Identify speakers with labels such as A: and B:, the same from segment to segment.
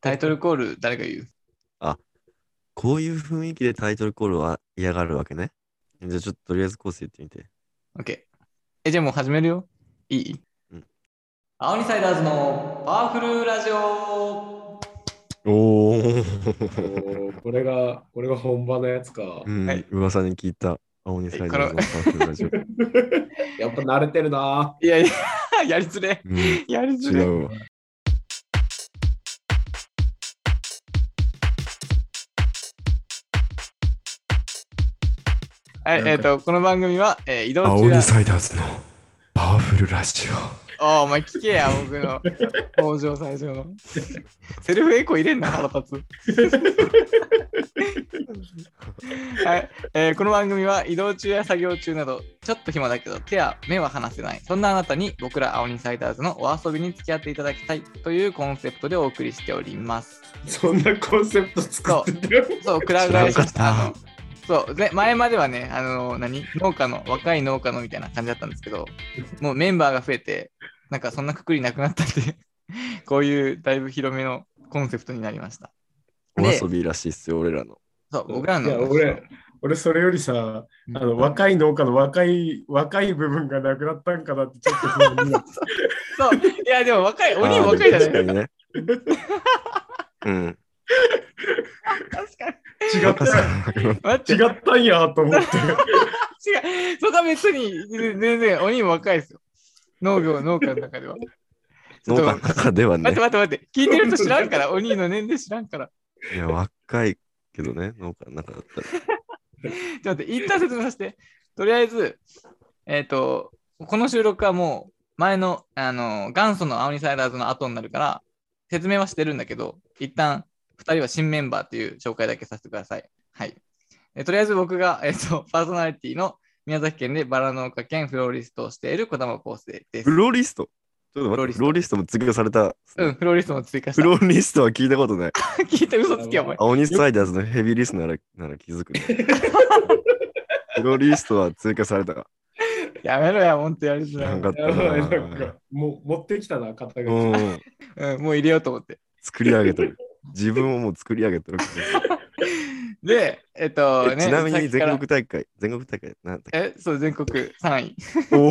A: タイトルコール誰が言う
B: こういう雰囲気でタイトルコールは嫌がるわけね。じゃあちょっととりあえずコース言ってみて。
A: ?OK。え、じゃあもう始めるよ。いい
B: うん。
A: 青ニサイダーズのパワフルラジオ
B: お
C: お
B: ー
C: ーこれが、これが本場のやつか
B: う。ん、
A: はい
B: 噂に聞いた。青にサイドの
A: こ
B: パーク ラジオ。う
C: やっぱ慣れてるない
A: やいや、 やりづれ。
B: ん、違
A: やりづれ。
B: うわ。
A: はい、えっ、と、この番組は、えー移動中や
B: サイダーズのパワフルラジ
A: おーお前聞けや、僕の。登場最初の。セルフエコー入れんな、腹立つ。はい、えーこの番組は移動中や作業中など、ちょっと暇だけど手や目は離せない。そんなあなたに僕ら青ニサイダーズのお遊びに付き合っていただきたいというコンセプトでお送りしております。
C: そんなコンセプト作ってたよ。
A: そう、くらぐらいしまし
B: 知ら
A: た。
B: んか
A: あのそうぜ前まではね、あの何農家の、若い農家のみたいな感じだったんですけど、もうメンバーが増えて、なんかそんなくくりなくなったんで、 こういうだいぶ広めのコンセプトになりました。
B: オ。お
A: で
B: 遊びらしいっすよ、俺らの。
A: そう、僕らの。
C: いや俺俺、それよりさ、
A: うん
C: あの、若い農家の若い、若い部分がなくなったんかなって、ちょっと不安 になっ
A: そう、いや、でも若い、鬼
B: あー
A: も若いじゃない
B: 確かにね。 うん。
A: 確かに。
C: た。違ったよ、
A: 待って、違う。
C: 違ったんやと思って。
A: そこは別に、全然鬼も若いですよ。農業、農家の中では。
B: 農家の中では
A: 待っ
B: ね
A: て。待って待って、聞いてる人知らんから、鬼の年齢知らんから。
B: いや、若いけどね、農家の中だったら。
A: ちょっと待って、一旦説明させて。とりあえず、えっ、と、この収録はもう、前の、あの、元祖の青ニサイダーズの後になるから、説明はしてるんだけど、一旦、二人は新メンバーという紹介だけさせてください。はい。えとりあえず僕が、えっ、と、パーソナリティの宮崎県でバラ農家兼フローリストをしている小玉康生です
B: フ。ローリスト。ちょっと
A: フロー
B: 待っ
A: リ
B: て、
A: スト
B: フローリストも追加されたっすね。
A: うん、フローリストも追加し
B: フ
A: た。
B: ローリストは聞いたことない。
A: 聞いて嘘つきやお前。
B: 青ニサイダーズのヘビーリストならなら気づくね。フローリストは追加されたか。
A: やめろや、ほんとやりづら
B: なんか
A: い。
B: っ
C: やばい、なん
B: たな
C: か。、もう持ってきたな、肩が。
B: うん。
A: うん、もう入れようと思って。
B: 作り上げて る。自分をもう作り上げてる。
A: で、えっ、と、ね、
B: ちなみ
A: さっ
B: に
A: きから
B: 全国大会、全国大会、なんだっ
A: え、そう、全国3位。
B: け。おー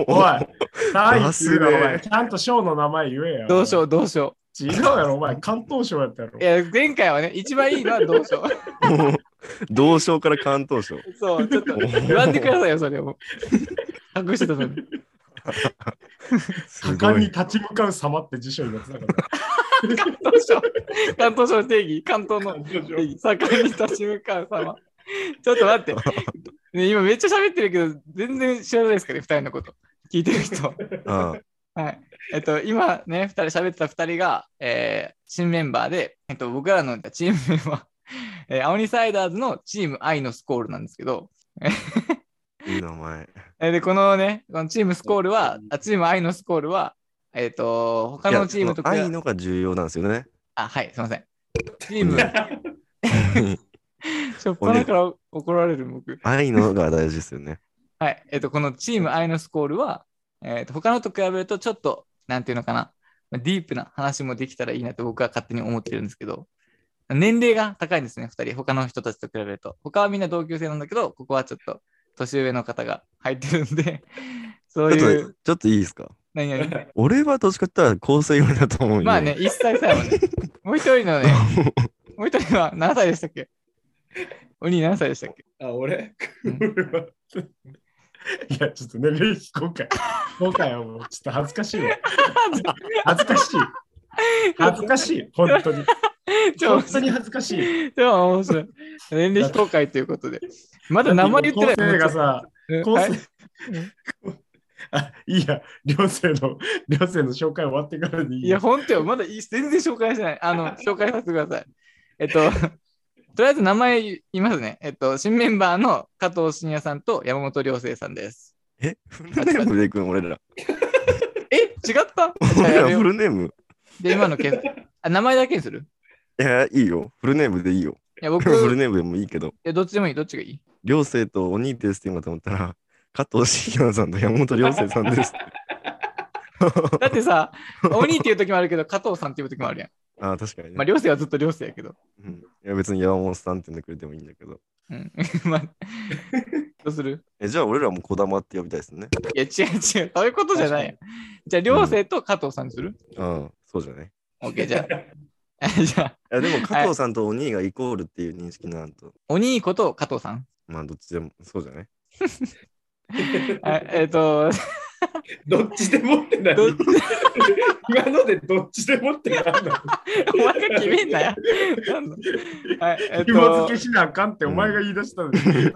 C: おい、大
B: ダ
C: 輝
B: スね
C: お前、ちゃんと賞の名前言えや。
A: どうしよう、どうしよ
C: 違うやろ、お前、関東賞やったやろ
A: う。い。や、前回はね、一番いいのはどうしよ う。
B: もう同賞から関東賞。
A: そう、ちょっと、言わんでくださいよ、それを。隠してたのに。
B: す
C: 果敢
B: ご
C: に
B: い。
C: 立ち向かう様って辞書になって たから。
A: 関東省、関東省の定義、関東の
C: 関東
A: 定義、盛んに立ち向かう様。ちょっと待って、ね、今めっちゃ喋ってるけど、全然知らないですかね、2人のこと。聞いてる人。
B: あ
A: はい。えっと、今ね、二人喋ってた二人が、えー新メンバーで、えっと、僕らのチームメンバー、えー、青ニサイダーズのチーム愛のスコールなんですけど、
B: あ、いい名前。
A: えーで、このね、このチームスコールは、あチーム愛のスコールは、えっ、と、他のチームと
B: いやその愛
A: 比べ
B: のが重要なんです よね。
A: あ、はい、すいません。チーム、
B: うん
A: しょっぱなから怒られる僕。
B: 愛のが大事ですよね。
A: はい、えっ、と、このチーム愛のスコールは、えっ、と、他のと比べるとちょっと、なんていうのかな、まあディープな話もできたらいいなと僕は勝手に思ってるんですけど、年齢が高いんですね、二人。他の人たちと比べると。他はみんな同級生なんだけど、ここはちょっと年上の方が入ってるんで、そう
B: ち
A: い
B: ょっ
A: う
B: と、、ちょっといいですか
A: 何々。
B: 俺はどっちかって言ったら構成寄りだと思うよ。
A: まあね、。1歳差やも んね。もう一人のね、もう一人は何歳でしたっけ鬼何歳でしたっけ
C: あ、俺
A: うん
C: 俺は。 いや、ちょっと年齢非公開。今回はもう、ちょっと恥ず かしいわ。恥ずかしい。恥ずかしい。本当に。
A: 超
C: 本当に恥ずかしい。
A: 超面白い。年齢非公開ということで。まだ名前言ってない
C: 高生がさ、
A: うん
C: 高
A: はい
C: 生。あ、いいや、両生の、両生の紹介終わってからでいい。
A: いや、本当よ。まだいい全然紹介してない。あ の、紹介させてください。えっと、とりあえず名前言いますね。えっと、新メンバーの加藤慎也さんと山本良生さんです。
B: え、フルネームでいくん俺 ら。
A: え違ったじゃあ
B: 俺
A: や
B: ら
A: めよ
B: フ
A: う
B: ルネーム
A: で、今のケース。あ、名前だけにする
B: いや、いいよ。フルネームでいいよ。
A: いや、僕、
B: フル
A: い
B: ネームでもいいけど、
A: やどっちでもいい。どっちがいい
B: 両生とお兄ですって言うのかと思ったら、加藤慎也さんと山本両生さん ですって。
A: だってさ、鬼っていう時もあるけど、加藤さんっていう時もあるやん。
B: ああ、確かにね。
A: まあ、両生はずっと両生やけど。
B: うん、いや別に山本さんって呼んでくれてもいいんだけど。
A: うん。まあ、どうする
B: え、じゃあ俺らもこだまって呼びたいですね。
A: いや、違う違う。そういうことじゃないよ。じゃあ、両生と加藤さんにする、
B: うん、そうじゃない。
A: オッケーじゃあ。 じゃあ、
B: いやでも加藤さんとお兄がイコールっていう認識なんと、
A: 鬼いこと加藤さん。
B: まあどっちでもそうじゃない。
A: あえっ、と、
C: どっちでもってない
A: どっち。
C: 今のでどっちでもってなんだ
A: お前が決めんなよ。なんだはい、えっ、
C: 紐
A: と
C: 付け、しなあかんってお前が言い出したのに。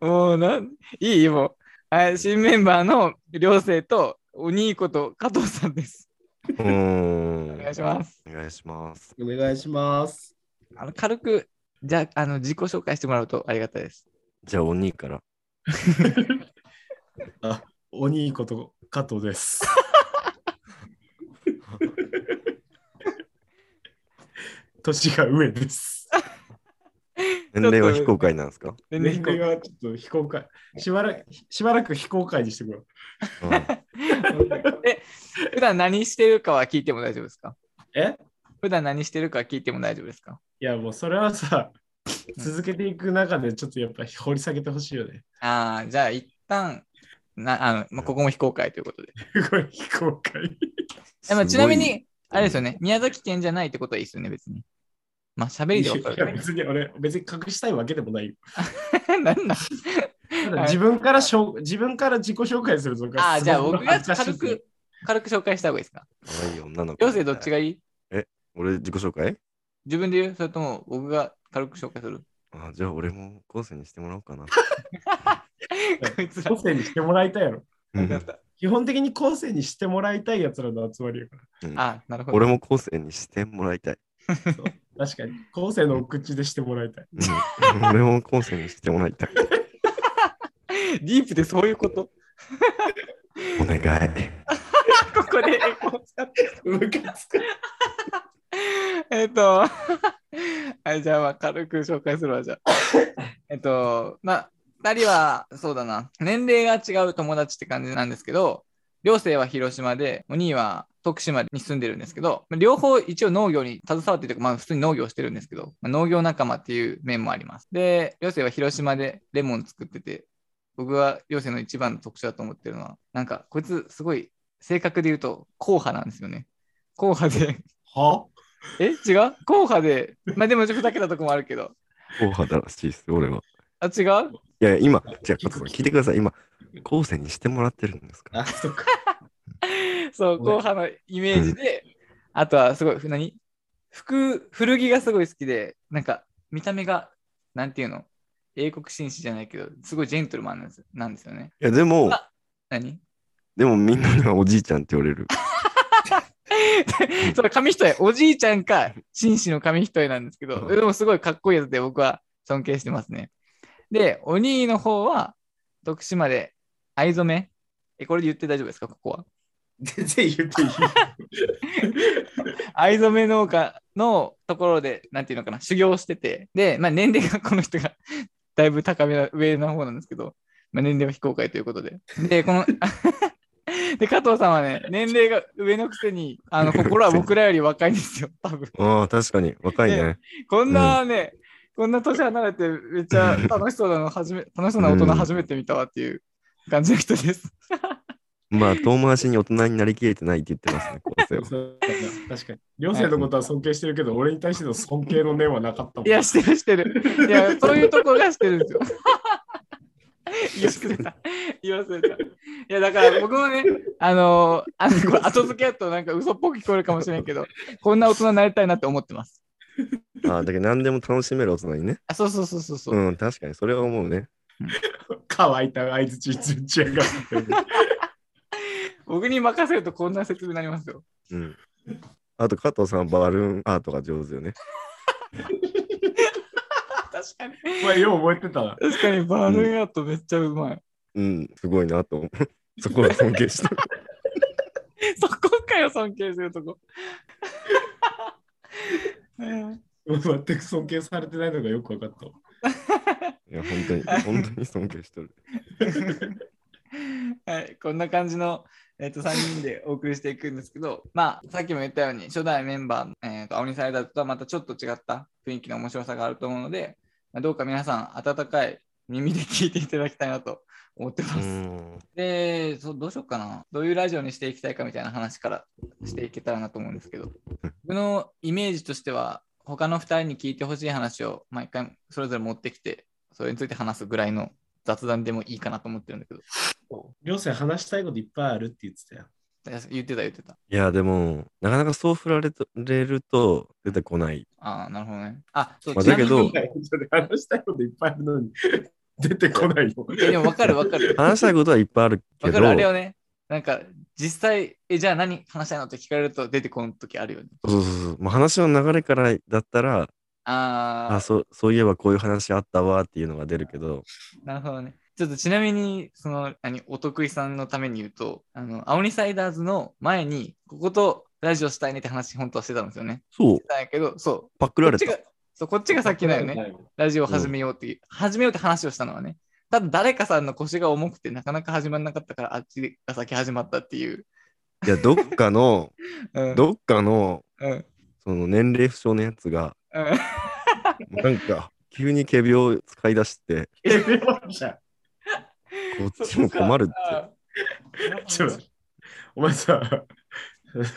A: もうなん、いいもう。はい、新メンバーの両生と鬼いこと加藤さんです。
B: うーん。
A: お願いします。
B: お願いします。
C: お願いします。
A: あの軽く、じゃあ、あの自己紹介してもらうとありがたいです。
B: じゃあお兄から。
C: あ、鬼いこと加藤 です。年が上です。
B: 年齢は非公開なんですか、
A: 全然
C: 年
A: 飛行
C: 齢はちょっと非公開。しばらく、しばらく非公開にしてくれ。
B: うん、
A: え、普段何してるかは聞いても大丈夫ですか
C: え
A: 普段何してるかは聞いても大丈夫ですか
C: いや、もうそれはさ、続けていく中でちょっとやっぱ掘り下げてほしいよね。
A: ああ、じゃあ一旦、なあのまあ、ここも非公開ということで。
C: これ非公開。
A: えまあ、ちなみ
B: すごい。
A: に、あれですよね、宮崎県じゃないってことはいいですよね、別に。まあ、喋りで分か
C: いや
A: る、
C: 別に俺、別に隠したいわけでもないよ。
A: 何 なんだ
C: た
A: はい
C: だ自分からしょう、自分から自己紹介するとか。
A: ああ、じゃあ
C: そんな
A: 僕が
C: 恥ずかしい
A: 軽く、軽く紹介した方がいいですか
B: 可愛い女の子。
A: 両生どっちがいい
B: 俺自己紹介
A: 自分で言うそれとも僕が軽く紹介する
B: あじゃあ俺も後世にしてもらおうかな。
A: こいつら
C: 後。世にしてもらいたいやろ。
B: うん
C: 基本的に後世にしてもらいたいやつらの集まりやか
A: あ、なるほど。
B: 俺も後世にしてもらいたい。
C: ら。そう確かに。後世のお口でしてもらいたい。
B: うん、俺も後世にしてもらいたい。
A: ディープでそういうこと。
B: お願い。
A: ここでエコー使って。
C: ムカつく。
A: えっと、はい、じゃあまあ軽く紹介するわ、じゃあ。えっと、まあ、2人は、そうだな、年齢が違う友達って感じなんですけど、両生は広島で、お兄は徳島に住んでるんですけど、まあ両方一応農業に携わってるというか、まあ普通に農業してるんですけど、まあ農業仲間っていう面もあります。で、両生は広島でレモン作ってて、僕は両生の一番の特徴だと思ってるのは、なんかこいつすごい性格で言うと、硬派なんですよね。硬派で
C: は
A: え違う硬派で。まあでもちょっとふざけたとこもあるけど。
B: 後派らしいです、俺は。
A: あ、違う
B: いや、今、じゃあ、加藤さん聞いてください。今、後世にしてもらってるんですから。
C: あ、そっか。
A: そう、
C: ごめん
A: 硬派のイメージで、あとはすごい、ふ何服、古着がすごい好きで、なんか見た目が、なんていうの英国紳士じゃないけど、すごいジェントルマンなんですなんですよね。
B: いや、でも、
A: あ何
B: でもみんなにはおじいちゃんって言わ れる。
A: その紙一重、おじいちゃんか紳士の紙一重なんですけど、でもすごいかっこいいやつで僕は尊敬してますね。で、お兄の方は、徳島で藍染め。え、これで言って大丈夫ですかここは。
C: 全然言っていい。
A: 藍染め農家のところで、なんていうのかな、修行してて、で、まあ、年齢がこの人が だいぶ高めな上の方なんですけど、まあ、年齢は非公開ということで。で、この で加藤さんはね、年齢が上のくせに、あの心は僕らより若いんですよ、多分
B: ああ、確かに、若いね。
A: こんなね、こんな年離れて、めっちゃ楽しそうなの初め、楽しそうな大人初めて見たわっていう感じの人です。
B: まあ、遠回しに大人になりきれてないって言ってますね、後世は。
C: そうだな確かに。両生のことは尊敬してるけど、俺に対しての尊敬の念はなかったもん。
A: いや、してるしてる。いや、そういうとこがしてるん ですよ。言い忘れた。言い忘れた。いや、だから僕もね、あのーあのこれ後付けやとなんか嘘っぽく聞こえるかもしれんけど、こんな大人になりたいなって思ってます。
B: ああ、だけど何でも楽しめる大人にね。
A: あ、そうそうそうそうそう。
B: うん、確かに、それは思うね。
C: 乾いた相づちつっちゃがってる。
A: 僕に任せるとこんな説明になりますよ。
B: うん。あと、加藤さん、バルーンアートが上手よね。
A: 確かに。
C: お前、よう覚えてたな。
A: 確かにバールアートめっちゃうまい。
B: うん、すごいなと思う。 そこは尊 敬した。
A: そこかよ、尊敬する とこ。うん
C: 全く尊敬されてないのがよくわかったわ。
B: いや、本当に、本当に尊敬しとる。
A: えはい、こんな感じの、えっと3人でお送りしていくんですけど、まあ、さっきも言ったように初代メンバーの、えー、と青鬼サイダーズとはまたちょっと違った雰囲気の面白さがあると思うので、まあどうか皆さん温かい耳で聞いていただきたいなと思ってます。
B: うん。
A: でそう、どうしようかな。どういうラジオにしていきたいかみたいな話からしていけたらなと思うんですけど、僕のイメージとしては、他の2人に聞いてほしい話を毎回それぞれ持ってきて、それについて話すぐらいの雑談でもいいかなと思ってるんだけど、
C: りょうせん話したいこといっぱいあるって言ってたよ。
A: 言ってた言ってた。
B: いや、でも、なかなかそう振られとれると出てこない。
A: ああ、なるほどね。あ、そう、
B: まあ
A: ちな
B: だ
A: み
B: け
A: に
B: ど
A: いや
C: 話したいこといっぱいあるのに出てこないよ。
A: でも分かる分か る。
B: 話したいことはいっぱいあるけ
A: 分
B: ど
A: か、る、あれよね。なんか、実際、え、じゃあ何話したいのって聞かれると出てこん時あるよね。
B: そうそうそう。もう話の流れからだったら、
A: ああ
B: あ、そう、そういえばこういう話あったわっていうのが出るけど、
A: なるほどね。ちょっとちなみに、その、何、お得意さんのために言うと、あの、青鬼サイダーズの前に、こことラジオしたいねって話、本当はしてたんですよね。
B: そう、
A: だけど、そう、
B: パック
A: こ
B: ら
A: っ
B: れ
A: ち
B: た
A: が。、そう、こっちが先だよね。。ラジオを始めようっていう、始めようって話をしたのはね。ただ、誰かさんの腰が重くて、なかなか始まんなかったから、あっちが先始まったっていう。
B: いや、どっかの、
A: うん。
B: どっかの、
A: うん。うん。
B: その年齢不詳のやつが、なんか、急に仮病を使い出して、
C: じゃあ
B: こっちも困るって。
A: あ
C: ちょっと待ってお前さ、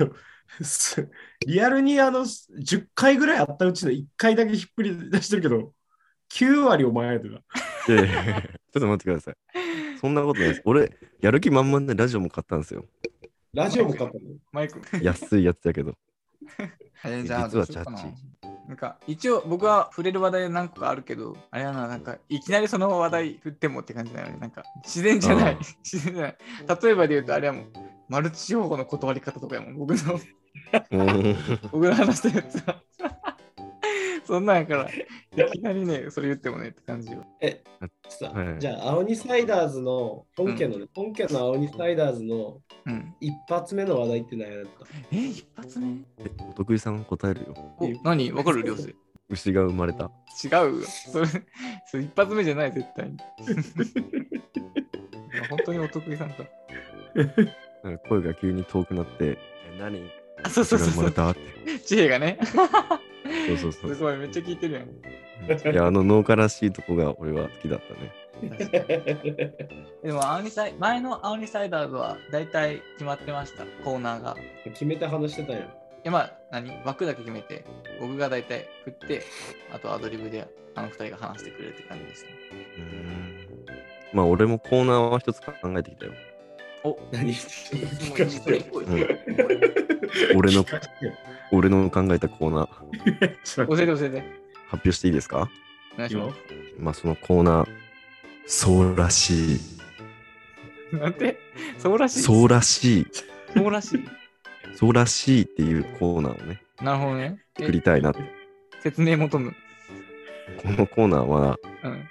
C: すリアルにあの10回ぐらいあったうちの1回だけひっくり出してるけど、9割お前やでな。
B: でちょっと待ってください。そんなことないです。俺、やる気満々でラジオも買ったんですよ。
C: ラジオも買ったの
A: マイク。
B: 安いやつだけど。
A: えーじゃあ
B: 実
A: ど
B: は
A: うしようかな
B: ジャッジ
A: なんか一応僕は触れる話題何個かあるけど、あれはな、なんかいきなりその話題振ってもって感じだよね。なんか自然じゃない
B: うん。
A: 自然じゃない。例えばで言うとあれはもう、マルチ情報の断り方とかやもん。僕 の、
B: うん
A: 僕が話したやつは。そんなんやから、いきなりね、それ言ってもねって感じよ。
D: え、さ、
B: はい
D: じゃあ、青鬼サイダーズの本家のね、本家の青鬼サイダーズの
A: うん。
D: 一発目の話題って何やった
A: えー、一発目
B: えお得意さん答えるよ。
A: お何わかる両生。違
B: 牛が生まれた。
A: うよ。それ、それ一発目じゃない、絶対に。本当にお得意さんか。
B: なんか声が急に遠くなって、え何
A: あ、そうそう
B: 牛が
A: そう
B: 生ま
A: そ
B: れ
A: う。
B: たって。
A: 知恵がね。
B: そうそう
A: す
B: そう。
A: ごい、めっちゃ聞いてるやん。
B: いや、あの農家らしいとこが俺は好きだったね。
A: でも、青鬼サイ前の青鬼サイダーズは大体決まってました、コーナーが。い
D: 決めて話してたんや。
A: や、まあ、何枠だけ決めて、僕が大体振って、あとアドリブであの二人が話してくれるって感じでした、ね。
B: うん。まあ、俺もコーナーは一つ考えてきたよ。
A: お
D: 何
A: もう一個一個
B: うん
A: 教
B: 俺の
C: 聞かせてよ
B: 俺の考えたコーナー、発
C: ちょっと待
A: え
C: って
A: て教えて。
B: 表していいですか
A: お願いしま
C: 今
A: す。
B: まあ、そのコーナー、そうらしい。
A: なんてそうらしい。
B: そうらしい。
A: そうらしい。
B: そうらしいっていうコーナーをね、
A: なるほどね。え
B: 作りたいなって。
A: 説明求む。
B: このコーナーは、
A: うん。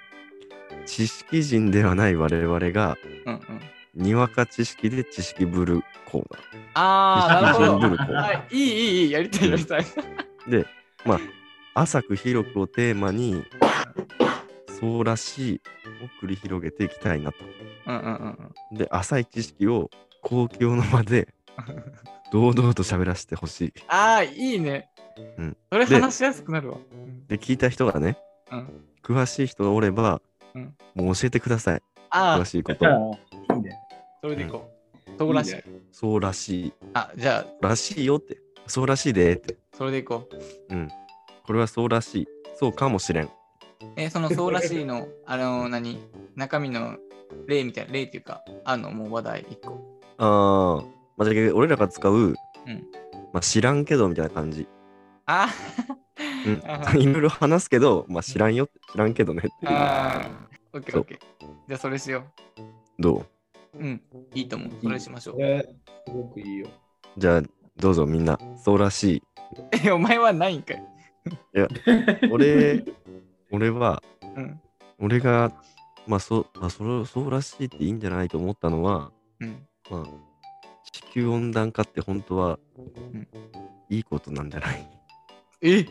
B: 知識人ではない我々が、
A: うんうん。
B: にわか知識で知識ぶるコーナー。
A: あー、なるほ
B: ブ
A: ど。
B: ルコ
A: はい、いい、いい、いい、やりたい、やりたい。
B: 浅く広くをテーマに、そうらしいを繰り広げていきたいなと。
A: うんうんうん
B: で、浅い知識を公共の場で
A: うん。
B: 堂々と喋らせてほしい。
A: ああ、いいね。
B: うん
A: それ
B: で
A: 話しやすくなるわ。うん
B: で、聞いた人がね、
A: うん
B: 詳しい人がおれば、
A: うん
B: もう教えてください。
A: あ
B: 詳
A: あ、
B: しいこ
C: じゃ
B: と。
C: あいいね。
A: それでいこう。そうらしい
C: いい。
B: そうらしい。
A: あ、じゃあ、
B: らしいよって。そうらしいでって。
A: それでいこう。
B: これはそうらしい。そうかもしれん。
A: え、そのそうらしいの、 あの、何中身の例みたいな、例っていうか、あるの、もう話題一個。
B: あー、まあ、じゃあ俺らが使う、
A: ん
B: まあ、知らんけどみたいな感じ。
A: あ
B: う
A: ーあ
B: ん、いろいろ話すけど、まあ、知らんよ、知らんけどねっていう。
A: あー、オッケーオッケー。じゃあ、それしよ
B: どう
A: う。うん、いいと思う。それしましょ
D: こ
A: う。
D: れ、すごく いいよ。
B: じゃあ、どうぞみんな、そうらし
A: え、お前はないんかい。
B: い。俺、 俺は、
A: うん。
B: 俺が、まあそう、まあそれ、そうらしいっていいんじゃないと思ったのは、
A: うん。
B: まあ、地球温暖化って本当は、
A: ん
B: いいことなんじゃない
A: え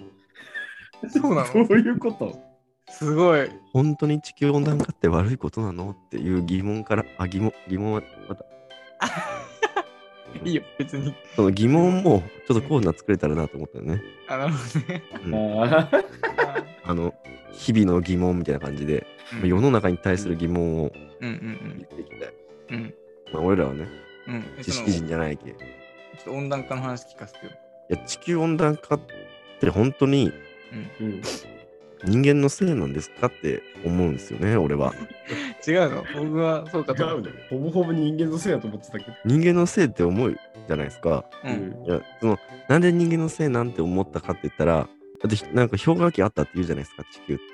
A: そうなの
C: どういうこと
A: すごい。
B: 本当に地球温暖化って悪いことなのっていう疑問から、あ、疑問、疑問は、また、
A: いいよ、別に。
B: その疑問も、ちょっとコーナー作れたらなと思ったよね。
A: あ、なるほどね。
B: うん
C: あー
B: あの、日々の疑問みたいな感じで、
A: うん
B: 世の中に対する疑問を
A: うんうん
B: 言っていきたい。
A: うん。うん
B: まあ、俺らはね、
A: うん。え
B: 知
A: その
B: 識人じゃないけ。い
A: ちょっと温暖化の話聞かせてよ。
B: や、地球温暖化って本当に
C: うん
B: 人間のせいなんですかって思うんですよね、俺は。
A: 違うの僕はそうか
C: 違
A: と思
C: う
A: っ
C: ね
A: た。。
C: ほぼほぼ人間のせいだと思ってたけど。
B: 人間のせいって思うじゃないですか。
A: う。
C: うん
B: いや、その、なんで人間のせいなんて思ったかって言ったら、だってひなんか氷河期あったって言うじゃないですか、地球って。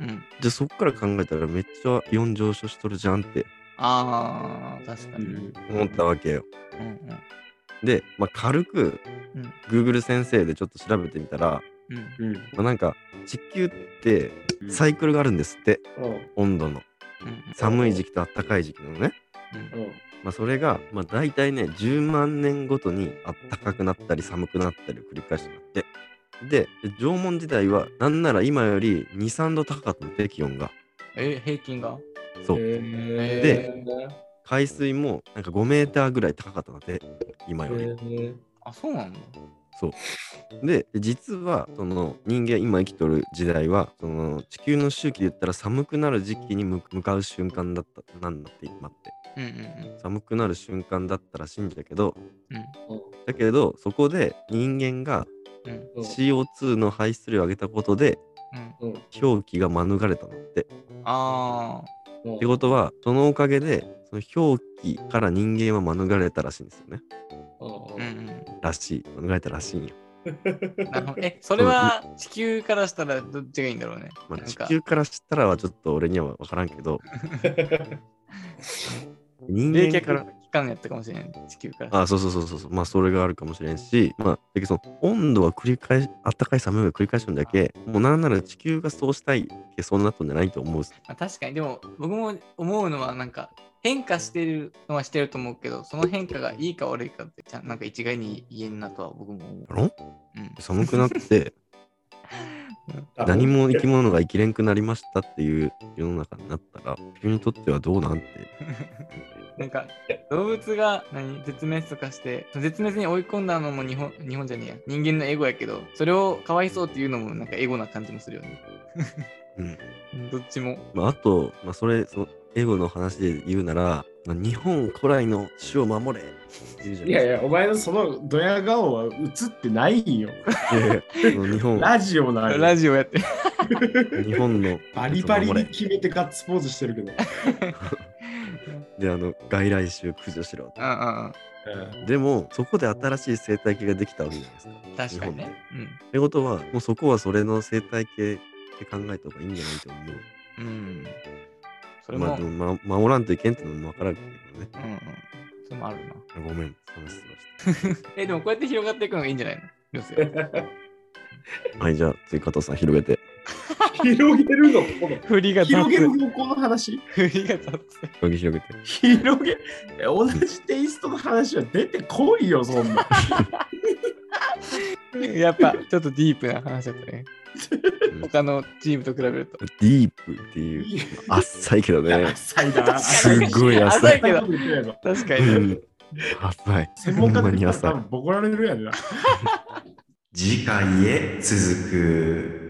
A: うん。
B: じゃあそっから考えたらめっちゃ気温上昇しとるじゃんって
A: ああ、確かに。
C: ん
B: 思ったわけよ。
A: うんうん。
B: で、まあ、軽く
A: うん、
B: Google 先生でちょっと調べてみたら、
A: うん。
C: うん
B: まあ、なんか地球って
C: うん
B: サイクルがあるんですって、
D: うん
B: 温度の。
A: うん
B: 寒い時期と暖かい時期のね。
A: うん。
D: うん
B: まあ、それが、まあ、大体ね、10万年ごとに暖かくなったり寒くなったりを繰り返してなって。で、縄文時代は、なんなら今より2、3度高かったので、気温が。
A: え、平均が
B: そう。
D: へー
A: で
B: 海水もなんか5メーターぐらい高かったので、今
D: へ
B: より。
D: ー
A: あ、そうなんだ。
B: で実はその人間今生きとる時代はその地球の周期で言ったら寒くなる時期に向向かう瞬間だったなんだって今って
A: うんうんうん
B: 寒くなる瞬間だったらしいんだけど
A: うん。
B: だけどそこで人間が
A: うん。
D: うん
B: CO2 の排出量を上げたことで
A: うん。
D: うん
B: 氷期が免れたのって。っ
A: あ
D: うん
B: てことはそのおかげでその氷期から人間は免れたらしいんですよね。
A: あ。うんうん。
B: らしい。免れたらしいんよ。
A: なるほど。え、それは地球からしたらどっちがいいんだろうね。
B: まあ、
A: なん
B: 地
A: か
B: 球からしたらはちょっと俺には分からんけど人
A: 冷
B: 間
A: 却
B: から
A: 期間やったかもしれない。地球から。
B: あそうそうそうそうそうまあそれがあるかもしれんしまあだけどその温度は繰り返しあったかい寒いが繰り返しるんだけもうなんなら地球がそうしたいけそうなったんじゃないと思うっす
A: まあ、確かにでも僕も思うのはなんか変化してるのはしてると思うけどその変化がいいか悪いかってちゃんなんか一概に言えんなとは僕も思う。
B: だろ
A: うん、
B: 寒くなって
D: あ
B: 何も生き物が生きれんくなりましたっていう世の中になったら地球にとってはどう なんて
A: なんか動物が何絶滅とかして絶滅に追い込んだのも日本日本じゃねえや人間のエゴやけどそれをかわいそうっていうのもなんかエゴな感じもするよね。
B: うん
A: どっちも。
B: まあ、あと、まあ、それ、その、エゴの話で言うなら、まあ、日本古来の種を守れって言うじゃ
C: い
B: ない
C: やい
B: で
C: や、お前のそのドヤ顔は映ってないよ。
B: すか。いやいや その日本、
C: ラジオなの
A: ラジオやって。
B: 日本の。
C: バリバリ
B: 守
C: に
B: れ
C: 決めてガッツポーズしてるけど。
B: で、あの、外来種駆除しろ。
A: うんうん
B: でも、そこで新しい生態系ができたわけじゃないですか。
A: うん。確かにね。
B: ってことは、もうそこはそれの生態系って考えた方がいいんじゃないと思う。
A: うん。うん。それも、
B: まあ、で
A: うん
B: もま守らんといけんってのも分からんけどね。
A: うん。それもあるな。
B: ごめん、話し
A: え、でもこうやって広がっていくのがいいんじゃないのよせよ
B: ました。はい、じゃあ、次、加藤さん、広げて。
D: 広げるのこの
A: 振りが雑。
C: 広げる方向の話
A: 振りが雑。
B: 広げ、広げて。
C: 広げ、同じテイストの話は出てこいよ、そんな。
A: やっぱちょっとディープな話だったね。
B: うん
A: 他のチームと比べると。
B: ディープっていう、浅いけどね。
C: 浅いな。
B: すごい浅
A: 浅
B: い。
A: いけど、
C: ど。
A: 確かに。
B: うん浅い。
C: 専門家
B: ほんま
C: 的
B: に
C: には
B: 浅
C: 多
B: い。
C: 分ボコられるやんな。
B: 次回へ続く。